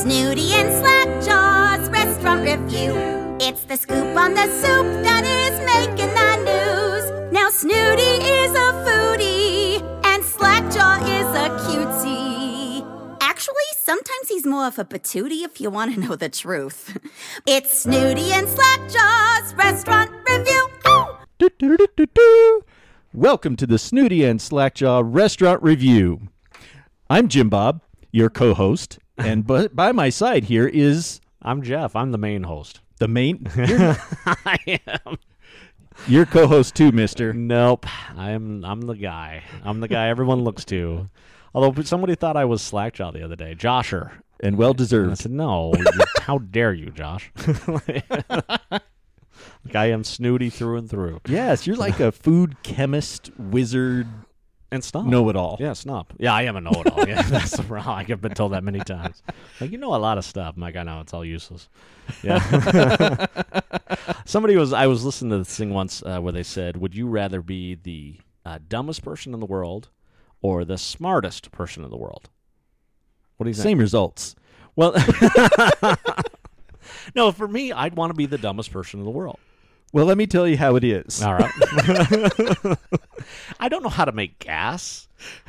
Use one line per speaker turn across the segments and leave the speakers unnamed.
Snooty and Slackjaw's restaurant review. It's the scoop on the soup that is making the news. Now Snooty is a foodie and Slackjaw is a cutie. Actually, sometimes he's more of a patootie if you want to know the truth. it's Snooty and Slackjaw's restaurant review. Ow!
Do-do-do-do-do-do. Welcome to the Snooty and Slackjaw Restaurant Review. I'm Jim Bob, your co host, and bu- by my side here is
I'm Jeff. I'm the main host.
the main,
I am.
your co host too, mister.
Nope. I'm I'm the guy. I'm the guy everyone looks to. Although somebody thought I was Slackjaw the other day. Josher.
And well
I
deserved.
said, no. you- how dare you, Josh? like, I am snooty through and through.
Yes, you're like a food chemist, wizard,
And snob.
know it all.
Yeah, snob. Yeah, I am a know-it-all. Yeah, that's the problem. I've been told that many times. Like, you know a lot of stuff. I'm like, I know it's all useless. Yeah. Somebody was. I was listening to this thing once uh, where they said, "Would you rather be the uh, dumbest person in the world or the smartest person in the world?" What do you think?
Same results.
Well, no. For me, I'd want to be the dumbest person in the world.
Well, let me tell you how it is.
All right. I don't know how to make gas.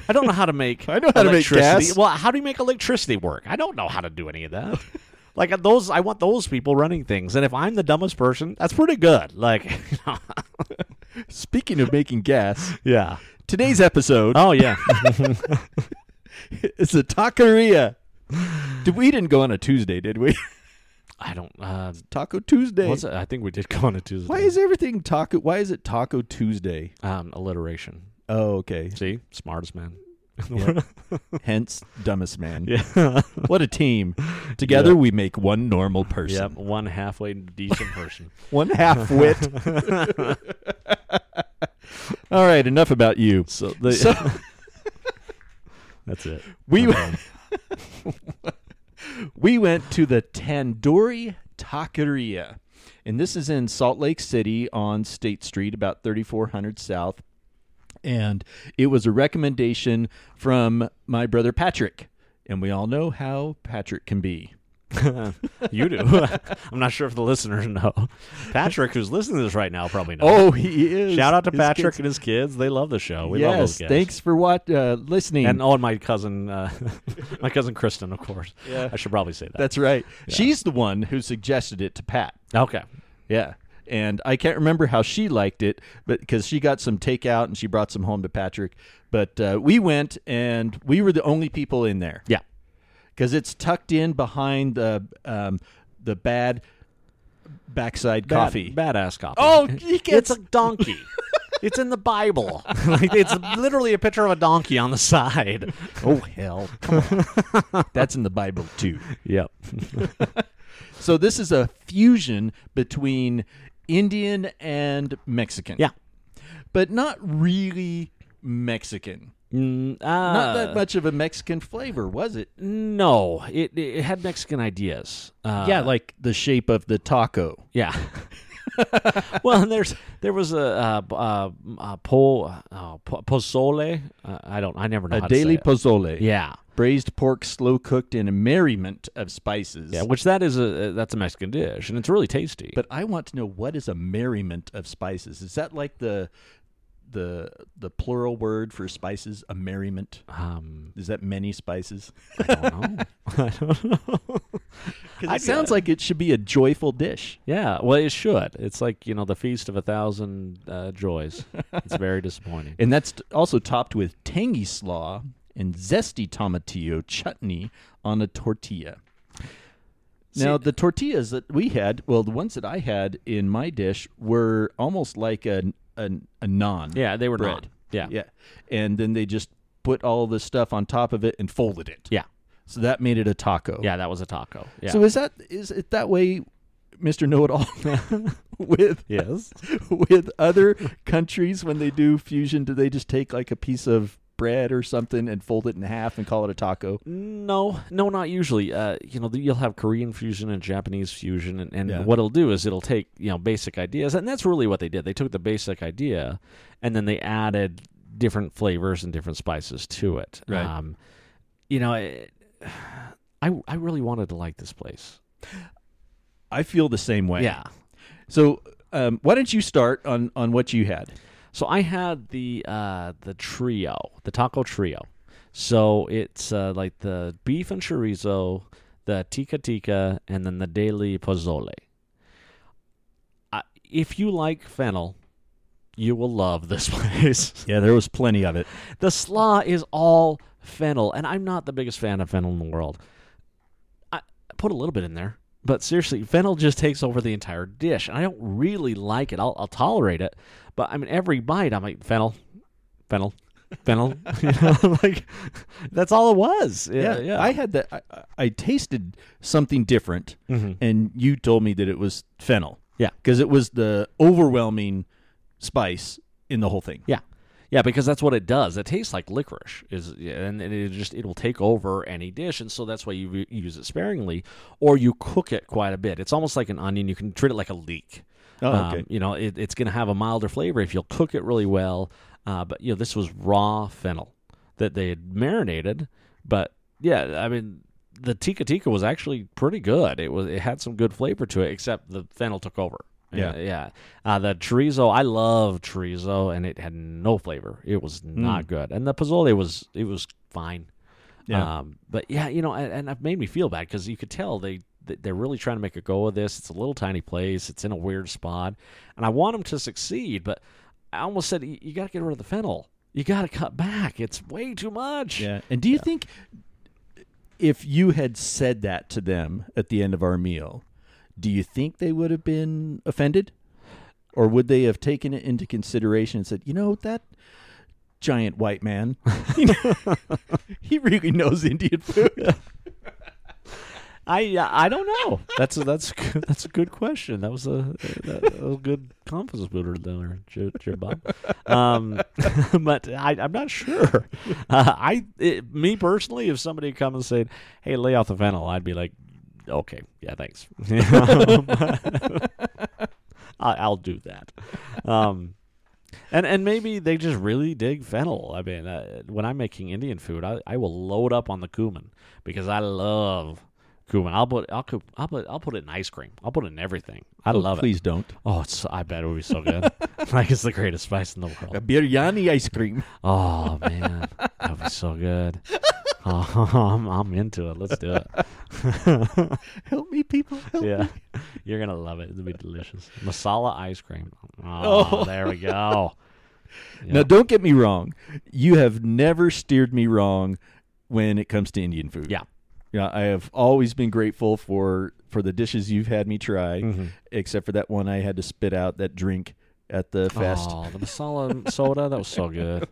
I don't know how to make.
I know how to make
electricity.
gas.
Well, how do you make electricity work? I don't know how to do any of that. like uh, those, I want those people running things. And if I'm the dumbest person, that's pretty good. Like, you know,
Speaking of making gas,
yeah.
today's episode
Oh yeah.
is a taqueria. Did- We didn't go on a Tuesday, did we?
I don't. Uh,
Taco Tuesday.
what's it? I think we did go on a Tuesday.
Why is everything taco? Why is it Taco Tuesday?
um, alliteration?
Oh, okay.
See, smartest man.
Hence, dumbest man.
Yeah.
What a team! Together we make one normal
yep.
person,
One halfway decent person.
one half wit. All right, enough about you.
So, the,
So
that's it.
we we went to the Tandoori Taqueria, and this is in Salt Lake City on State Street, about 3400 South. And it was a recommendation from my brother Patrick, and we all know how Patrick can be.
You do. I'm not sure if the listeners know. Patrick, who's listening to this right now, probably knows.
Oh, he is!
Shout out to
His
Patrick
kids-
and his kids. They love the show. We
yes,
love those guys.
thanks for what uh, listening.
And oh, and my cousin, uh, my cousin Kristen, of course.
Yeah.
I should probably say that.
That's right. She's the one who suggested it to Pat.
okay.
Yeah. And I can't remember how she liked it, but because she got some takeout and she brought some home to Patrick. But uh, we went and we were the only people in there
Yeah.
because it's tucked in behind the um, the bad backside coffee.
Bad, badass coffee.
Oh, he
it's
gets-
a donkey. it's in the Bible. like, it's literally a picture of a donkey on the side.
Oh hell! Come on. That's in the Bible too.
Yep.
So this is a fusion between Indian and Mexican.
Yeah.
but not really Mexican.
Mm, uh,
not that much of a Mexican flavor, was it?
No, it, it had Mexican ideas. Uh,
yeah, like the shape of the taco.
Yeah. well, and there's there was a uh, b- uh, m- uh, po, uh, po- pozole. Uh, I don't. I never know. how
A
to say
daily
it.
pozole.
Yeah.
Braised pork slow cooked in a merriment of spices.
Yeah, which that is a uh, that's a Mexican dish, and it's really tasty.
But I want to know what is a merriment of spices? Is that like the the the plural word for spices, a merriment?
um,
Is that many spices?
I don't know. I don't know.
Because it sounds like it should be a joyful dish.
Yeah, well, it should. It's like you know the feast of a thousand uh, joys. It's very disappointing.
And that's t- also topped with tangy slaw and zesty tomatillo chutney on a tortilla. now, the tortillas that we had, well, the ones that I had in my dish were almost like a, a, a naan.
yeah, they were
bread.
not. Yeah,
Yeah. And then they just put all the stuff on top of it and folded it.
yeah,
So that made it a taco.
yeah. That was a taco. Yeah.
So is that is it that way, Mr. Know It All, with
yes.
with other countries when they do fusion do they just take like a piece of bread or something and fold it in half and call it a taco
No, no, not usually. Uh, you know, you'll have Korean fusion and Japanese fusion, and, and
Yeah.
what it'll do is it'll take you know basic ideas, and that's really what they did. They took the basic idea, and then they added different flavors and different spices to Um, it.
Right.
Um, you know, I, I I really wanted to like this place.
I feel the same way.
Yeah.
So um, why don't you start on on what you had?
So I had the uh, the trio, the taco trio. So it's uh, like the beef and chorizo, the tikka tikka, and then the daily pozole. I, if you like fennel, you will love this place.
Yeah, there was plenty of it.
The slaw is all fennel, and I'm not the biggest fan of fennel in the world. I I put a little bit in there, but seriously, fennel just takes over the entire dish, and I don't really like it. I'll, I'll tolerate it, but I mean, every bite, I'm like fennel, fennel, fennel. you know, like that's all it was. Yeah, yeah.
I had that. I, I- I tasted something different,
Mhm.
and you told me that it was fennel.
Yeah.
because it was the overwhelming spice in the whole thing.
Yeah. Yeah, because that's what it does. It tastes like licorice, is and and it just it will take over any dish, and so that's why you re- use it sparingly, or you cook it quite a bit. It's almost like an onion. You can treat it like a leek.
Oh, okay.
Um, you know, it, it's going to have a milder flavor if you'll cook it really well. Uh, but you know, this was raw fennel that they had marinated. But yeah, I mean, the tikka tikka was actually pretty good. It was it had some good flavor to it, except the fennel took over.
Yeah.
yeah. Uh, the chorizo, I love chorizo, and it had no flavor. It was not good, and the pozole was it was fine.
Hmm. Yeah.
Um, but yeah, you know, and, and it made me feel bad because you could tell they th- they're really trying to make a go of this. It's a little tiny place. It's in a weird spot, and I want them to succeed. But I almost said "Y- you got to get rid of the fennel. You got to cut back. It's way too much.
Yeah. And do you think if you had said that to them at the end of our meal, do you think they would have been offended? Or would they have taken it into consideration and said, you know, that giant white man, he really knows Indian food?
I uh, I don't know. That's a, that's a good- that's a good question. That was a that, that was a good confidence builder there, J- Jim Bob. Um, but I, I'm not sure. Uh, I it, me personally, if somebody had come and said, "Hey, lay off the fennel," I'd be like, "Okay, yeah, thanks." I, I'll do that. Um, and and maybe they just really dig fennel. I mean, uh, when I'm making Indian food, I, I will load up on the cumin because I love cumin. I'll put I'll cook, I'll put I'll put it in ice cream. I'll put it in everything. I love
Please
it.
don't.
Oh, it's, I bet it would be so good. like it's the greatest spice in the world.
biryani ice cream.
Oh man, that would be so good. Oh, I'm, I'm into it. Let's do it.
Help me, people. Help
Yeah, you're gonna love it. It'll be delicious. Masala ice cream. Oh, there we go.
Now, don't get me wrong. You have never steered me wrong when it comes to Indian food.
Yeah.
Yeah, I have always been grateful for for the dishes you've had me try,
Mm-hmm.
except for that one I had to spit out that drink at the fest.
Oh, the masala soda. That was so good.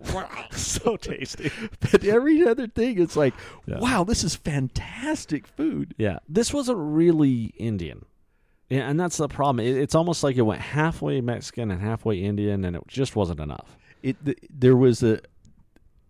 so tasty.
But every other thing, it's like, wow, this is fantastic food.
Yeah, this wasn't really Indian. Yeah, and that's the problem. It, it's almost like it went halfway Mexican and halfway Indian, and it just wasn't enough.
It th- there was a,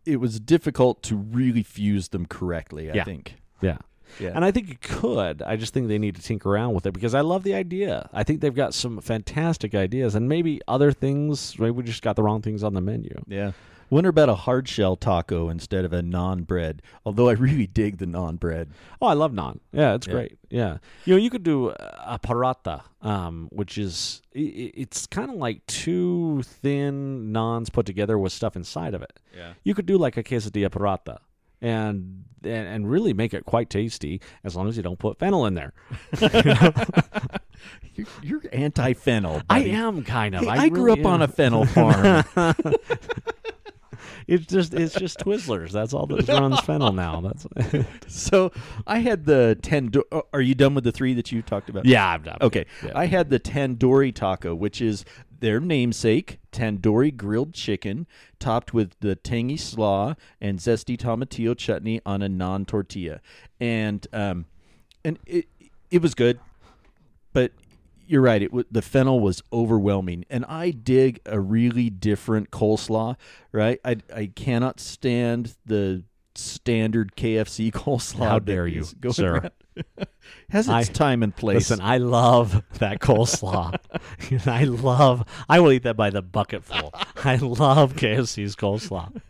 it was difficult to really fuse them correctly. I
Yeah.
think.
Yeah.
Yeah.
And I think you could. I just think they need to tinker around with it because I love the idea. I think they've got some fantastic ideas and maybe other things. Maybe we just got the wrong things on the menu.
Yeah. Wonder about a hard shell taco instead of a non bread. Although I really dig the non bread.
Oh, I love naan. Yeah, it's great. Yeah, you know, you could do uh, a paratha, um, which is i- i it's kind of like two thin naans put together with stuff inside of it.
Yeah.
you could do like a quesadilla paratha, and and, and really make it quite tasty as long as you don't put fennel in there.
You're, you're anti fennel.
I am kind of.
Hey, I, grew up
really
on a
am.
fennel farm.
It's just it's just Twizzlers. That's all that runs fennel now. That's
so I had the tandoori. Are you done with the three that you talked about?
yeah. I'm done.
Okay.
Yeah.
I had the tandoori taco, which is their namesake tandoori grilled chicken topped with the tangy slaw and zesty tomatillo chutney on a non tortilla, and um, and it it was good, but. You're right. It w- the fennel was overwhelming, and I dig a really different coleslaw. Right, I, I cannot stand the standard KFC coleslaw.
How
that
dare you,
is going
sir.
around. Has its
I-
time and place.
Listen, I love that coleslaw. I love. I will eat that by the bucketful. I love KFC's coleslaw.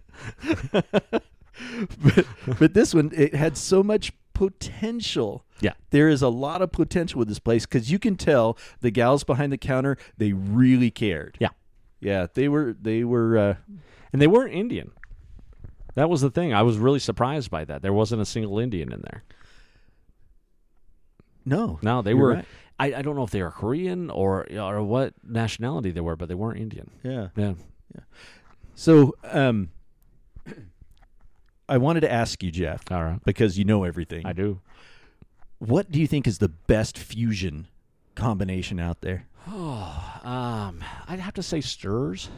but this one it had so much potential.
Yeah.
There is a lot of potential with this place because you can tell the gals behind the counter, they really cared.
Yeah.
Yeah. They were, they were, uh,
And they weren't Indian. That was the thing. I was really surprised by that. There wasn't a single Indian in there.
no.
No, they
You're
were.
right.
I, I don't know if they were Korean or or what nationality they were, but they weren't Indian.
Yeah.
Yeah.
So, um, I wanted to ask you, Jeff,
All right.
because you know everything.
Uh, I do.
What do you think is the best fusion combination out there?
Um, I'd have to say stirs.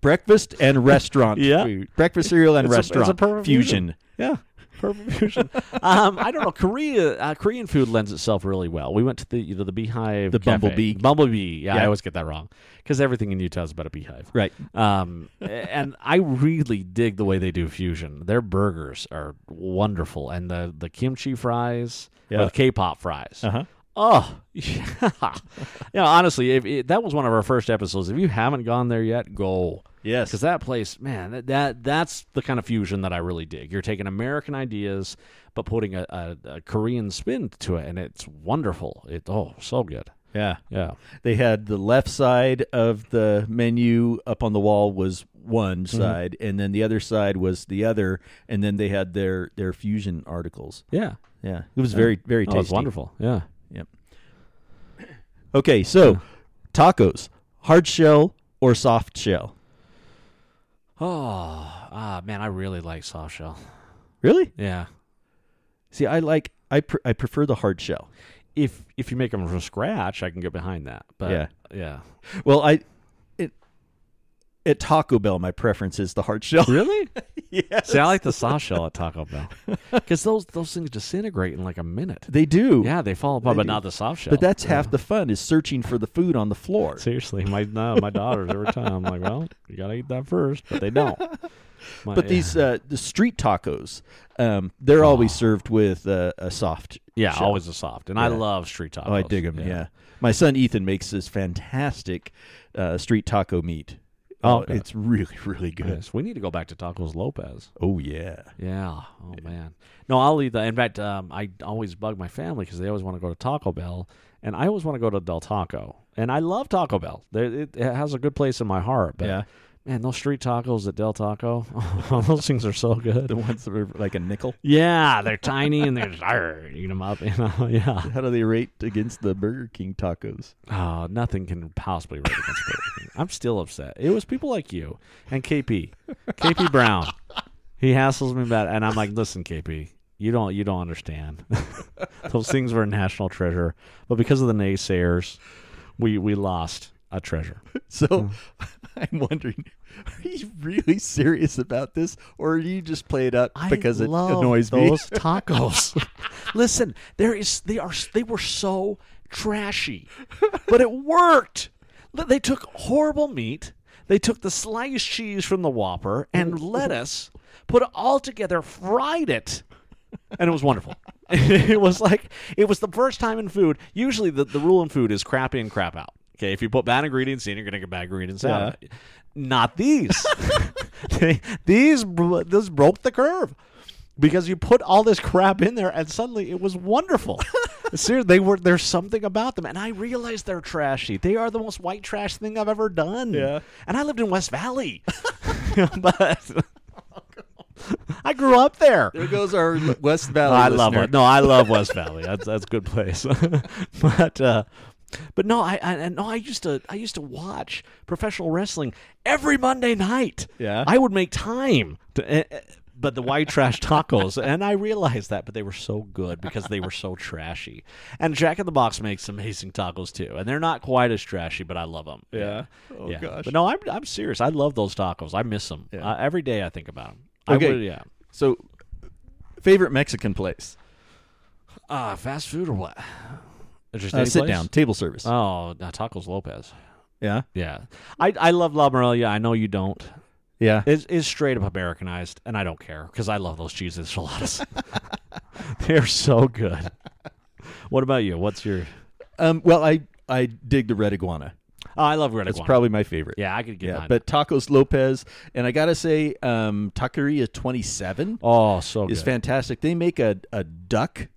Breakfast and restaurant
Yeah.
food. Breakfast cereal and
It's a- it's a
restaurant
perfect
fusion.
fusion. Yeah. Perfect fusion. um, I don't know. Korea uh, Korean food lends itself really well. We went to the you know the Beehive,
The
cafe.
Bumblebee.
Bumblebee. Yeah, I
Yeah.
always get that wrong because everything in Utah is about a beehive.
Right.
Um, and I really dig the way they do fusion. Their burgers are wonderful, and the the kimchi fries, or
Yeah.
the K-pop fries.
Uh-huh.
Oh, yeah. yeah. Honestly, if it, that was one of our first episodes. If you haven't gone there yet, go
Yes.
because that place, man, that, that that's the kind of fusion that I really dig. You're taking American ideas but putting a, a, a Korean spin to it, and it's wonderful. It oh, so good.
yeah.
Yeah,
They had the left side of the menu up on the wall was one side, and then the other side was the other, and then they had their their fusion articles.
yeah.
Yeah, it was very very
Oh,
tasty.
it's wonderful. Yeah.
Yep. Okay, so tacos, hard shell or soft shell?
Oh, ah, man, I really like soft shell.
Really?
Yeah.
See, I like I pr- I prefer the hard shell.
If if you make them from scratch, I can get behind that. But
Yeah.
yeah.
Well, I it at Taco Bell my preference is the hard shell.
Really?
yes,
See, I like the soft shell at Taco Bell because those those things disintegrate in like a minute.
they do.
Yeah, they fall apart,
They
but
do.
not the soft shell.
But that's half the fun is searching for the food on the floor.
Seriously, my no, my daughters every time I'm like, well, you gotta eat that first, but they don't. My-
But
yeah.
these uh, the street tacos, um, they're always served with uh, a soft.
yeah,
shell.
always a soft, and I love street tacos.
Oh, I dig them. Yeah. my son Ethan makes this fantastic uh, street taco meat.
Oh,
Oh,
okay.
it's really really good.
Yes, we need to go back to tacos Lopez.
Oh yeah,
Yeah. Oh man. No, I'll eat that. In fact, um, I always bug my family because they always want to go to Taco Bell, and I always want to go to Del Taco. And I love Taco Bell. There- It, it has a good place in my heart. But
Yeah.
man, those street tacos at Del Taco, those things are so good.
the ones that are like a nickel.
Yeah, they're tiny and they're just "Arr," eat them up. You know, yeah.
How do they rate against the Burger King tacos?
Oh, nothing can possibly rate against Burger King. I'm still upset. It was people like you and KP, KP Brown. He hassles me about, it, and I'm like, listen, KP, you don't, you don't understand. Those things were a national treasure, but because of the naysayers, we we lost a treasure.
So
Hmm.
I'm wondering, are you really serious about this, or do you just play it up because it
love
annoys me?
those tacos. Listen, there is they are they were so trashy, but it worked. Th- They took horrible meat. They took the sliced cheese from the Whopper and
Mm.
lettuce, put it all together, fried it, and it was wonderful. it was like it was the first time in food. Usually, the, the rule in food is crap in, crap out. Okay, if you put bad ingredients in, you're gonna get bad ingredients out. of it. Not these. They- these bro- this broke the curve because you put all this crap in there, and suddenly it was wonderful. Seriously, they were there's something about them, and I realized they're trashy. They are the most white trash thing I've ever done.
Yeah.
and I lived in West Valley, but. I grew up there.
There goes our West Valley.
I love
listener.
it. No, I love West Valley. That's that's a good place. but uh, but no, I, I and no, I used to I used to watch professional wrestling every Monday night.
Yeah.
I would make time to. Uh, but the white trash tacos, and I realized that, but they were so good because they were so trashy. And Jack in the Box makes amazing tacos too, and they're not quite as trashy, but I love them.
Yeah. Oh,
yeah.
gosh.
But no, I'm I'm serious. I love those tacos. I miss them
Yeah.
uh, every day. I think about them.
Okay.
I would, yeah.
So, favorite Mexican place?
Uh, fast food or what? Is there
Uh,
any
sit
place?
down, table service.
Oh, uh, Tacos Lopez.
yeah,
Yeah. I, I love La Morelia. I know you don't.
yeah.
It's, it's straight up Americanized, and I don't care because I love those cheese enchiladas. They're so good. What about you? What's your.
Um, well, I I dig the red iguana.
Oh, I love red
That's
iguana.
probably my favorite.
yeah, I could get
Yeah,
behind
but Tacos Lopez, and I gotta say, um, Taqueria Twenty Seven
that. oh, so
is
good.
fantastic. They make a, a duck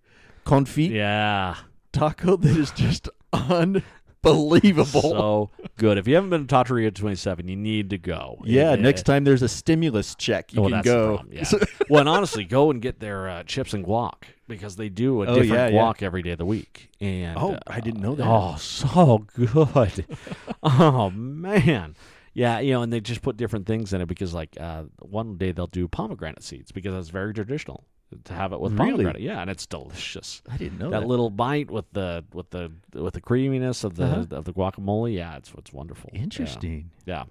confit
yeah,
taco that is just unbelievable.
so good. If you haven't been to Trattoria 27, you need to go.
yeah,
It-
next time there's a stimulus check, you
well,
can
Oh, that's The
go.
problem, yeah. well, and honestly, go and get their uh, chips and guac because they do a
Oh,
different
yeah, yeah.
guac every day of the week. And
Oh,
uh,
I didn't know that.
Oh, so good. oh man. Yeah, you know, and they just put different things in it because, like, uh, one day they'll do pomegranate seeds because that's very traditional to have it with
Really?
pomegranate. Yeah, and it's delicious.
I didn't know
that,
that.
little bite with the with the with the creaminess of the of the guacamole. Yeah, it's it's wonderful. Yeah.
Uh-huh. Interesting.
Yeah.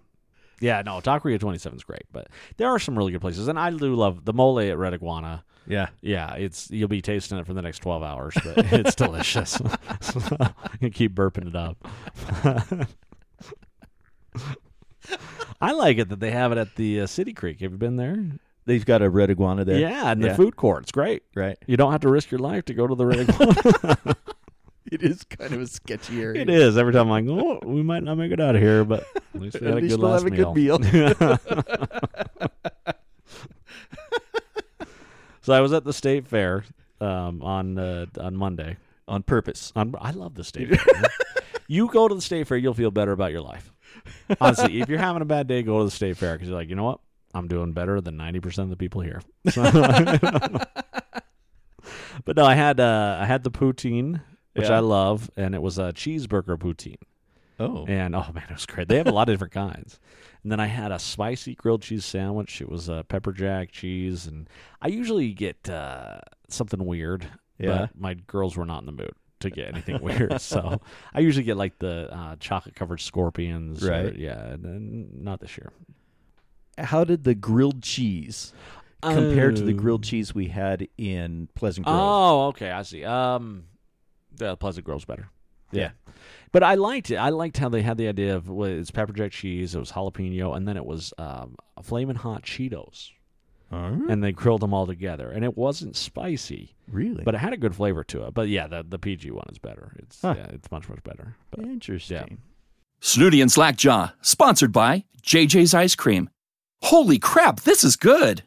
Yeah, no, Taqueria 27 is great, but there are some really good places. And I do love the mole at Red Iguana.
Yeah.
Yeah, it's you'll be tasting it for the next 12 hours, but it's delicious. you keep burping it up. I like it that they have it at the uh, City Creek. Have you been there?
They've got a red iguana there.
yeah, and the
Yeah.
food court. It's great.
Right.
You don't have to risk your life to go to the Red Iguana.
It is kind of a sketchy area.
it is. Every time I'm like, oh, we might not make it out of here, but at least we
At
had a
least
good
we'll
last
have a good meal.
So I was at the state fair um, on uh, on Monday.
On purpose.
On, I love the state fair. man. you go to the state fair, you'll feel better about your life. Honestly, if you're having a bad day, go to the state fair because you're like, you know what? I'm doing better than 90% of the people here. So- but no, I had uh, I had the poutine, which
Yeah.
I love, and it was a cheeseburger poutine.
Oh.
And oh man, it was great. They have a lot of different kinds. And then I had a spicy grilled cheese sandwich. It was uh, pepper jack cheese, and I usually get uh, something weird.
Yeah.
But my girls were not in the mood to get anything weird, so I usually get like the uh, chocolate covered scorpions. or-
Right.
yeah. and then- not this year.
How did the grilled cheese compare to the grilled cheese we had in Pleasant Grove?
Oh, okay, I see. Um, the Pleasant Grove's better.
Yeah.
but I liked it. I liked how they had the idea of well, it's pepper jack cheese, it was jalapeno, and then it was um, flaming hot Cheetos,
Huh?
and they grilled them all together, and it wasn't spicy,
Really?
but it had a good flavor to it. But yeah, the the PG one is better. It's
Huh.
yeah, it's much much better.
uh,
But
Interesting.
Snooty and Slackjaw, sponsored by JJ's Ice Cream. Holy crap, this is good!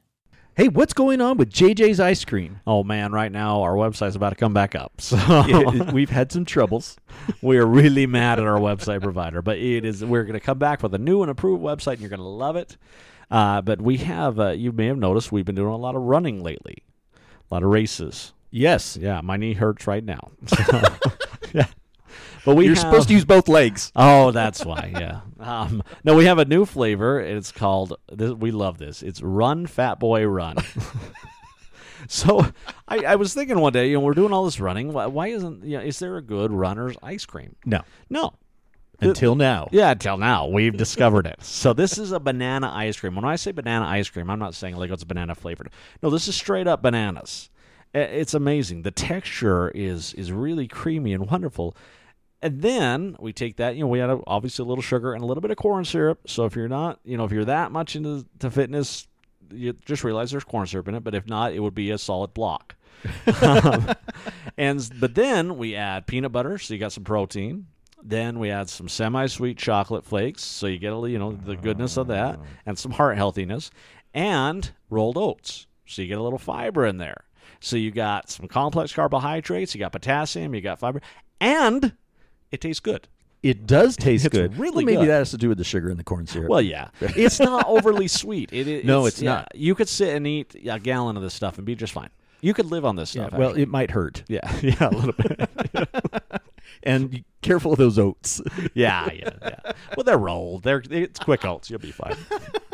Hey, what's going on with JJ's ice cream?
oh man, right now our website's about to come back up, so
We've had some troubles.
we are really mad at our website provider, but it is we're going to come back with a new and improved website, and you're going to love it. Uh, but we have, uh, you may have noticed, we've been doing a lot of running lately, a lot of races.
Yes.
Yeah, my knee hurts right now. yeah, but we
You're
have-
supposed to use both legs.
Oh, that's why. Yeah. Um, no, we have a new flavor. and It's called. This, we love this. It's Run Fat Boy Run. so, I, I was thinking one day, you know, we're doing all this running. Why, why isn't? You know, is there a good runner's ice cream?
No.
No.
Until now.
Yeah, till now we've discovered it. So this is a banana ice cream. When I say banana ice cream, I'm not saying like it's banana flavored. No, this is straight up bananas. I- It's amazing. The texture is is really creamy and wonderful. And then we take that, you know, we add a, obviously a little sugar and a little bit of corn syrup. So if you're not, you know, if you're that much into to fitness, you just realize there's corn syrup in it. But if not, it would be a solid block. Um, and but then we add peanut butter, so you got some protein. Then we add some semi-sweet chocolate flakes, so you get a li- you know the goodness of
Oh.
that, and some heart healthiness, and rolled oats, so you get a little fiber in there. So you got some complex carbohydrates, you got potassium, you got fiber, and it tastes good.
It does taste
It's
good. Well,
really
maybe
good.
that has to do with the sugar and the corn syrup.
Well, yeah, it's not overly sweet. It, it-
No, it's not.
yeah. You could sit and eat a gallon of this stuff and be just fine. You could live on this
Yeah,
stuff.
well,
actually.
it might hurt.
yeah, yeah, a little bit.
And be careful of those oats.
yeah, yeah, yeah. Well, they're rolled. They're it's quick oats. You'll be fine.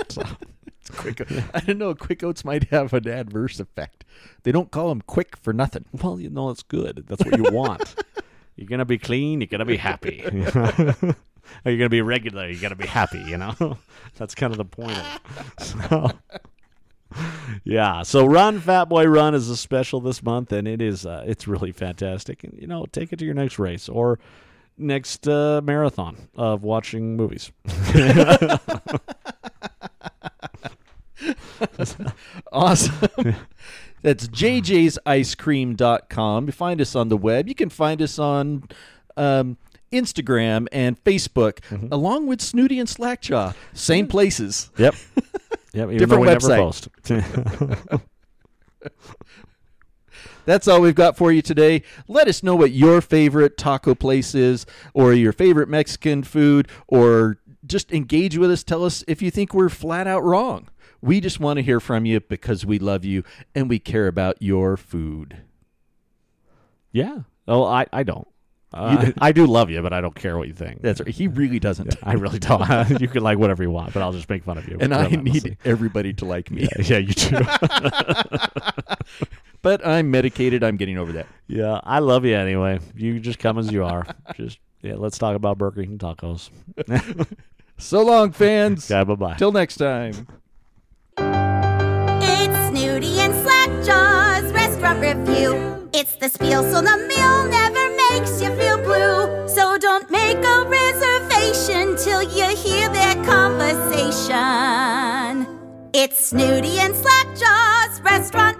quick, I don't know. Quick oats might have an adverse effect. They don't call them quick for nothing.
Well, you know, it's good. That's what you want. you're gonna be clean. You're gonna be happy. Or you're gonna be regular. You're gonna be happy. You know, that's kind of the point. Of it. So, yeah. So, Run Fat Boy Run is a special this month, and it is uh, it's really fantastic. And you know, take it to your next race or next uh, marathon of watching movies.
Awesome. That's JJ'sIceCream.com. You find us on the web. You can find us on um, Instagram and Facebook, along with Snooty and Slackjaw. Same places.
Yep. Yep. Even
Different
though we
website.
never post.
That's all we've got for you today. Let us know what your favorite taco place is, or your favorite Mexican food, or just engage with us. Tell us if you think we're flat out wrong. We just want to hear from you because we love you and we care about your food.
yeah. Oh, I, I don't. Uh, I do love you, but I don't care what you think.
That's right. He really doesn't.
I really don't. you can like whatever you want, but I'll just make fun of you.
And I
relentlessly.
need everybody to like me.
Yeah, you too.
But I'm medicated. I'm getting over that.
yeah, I love you anyway. You just come as you are. Just yeah. Let's talk about Burger King tacos.
So long, fans.
Yeah. Bye bye.
Till next time.
It's Snooty and Slackjaw's restaurant review. It's the spiel, so the meal never makes you feel blue. So don't make a reservation till you hear their conversation. It's Snooty and Slackjaw's restaurant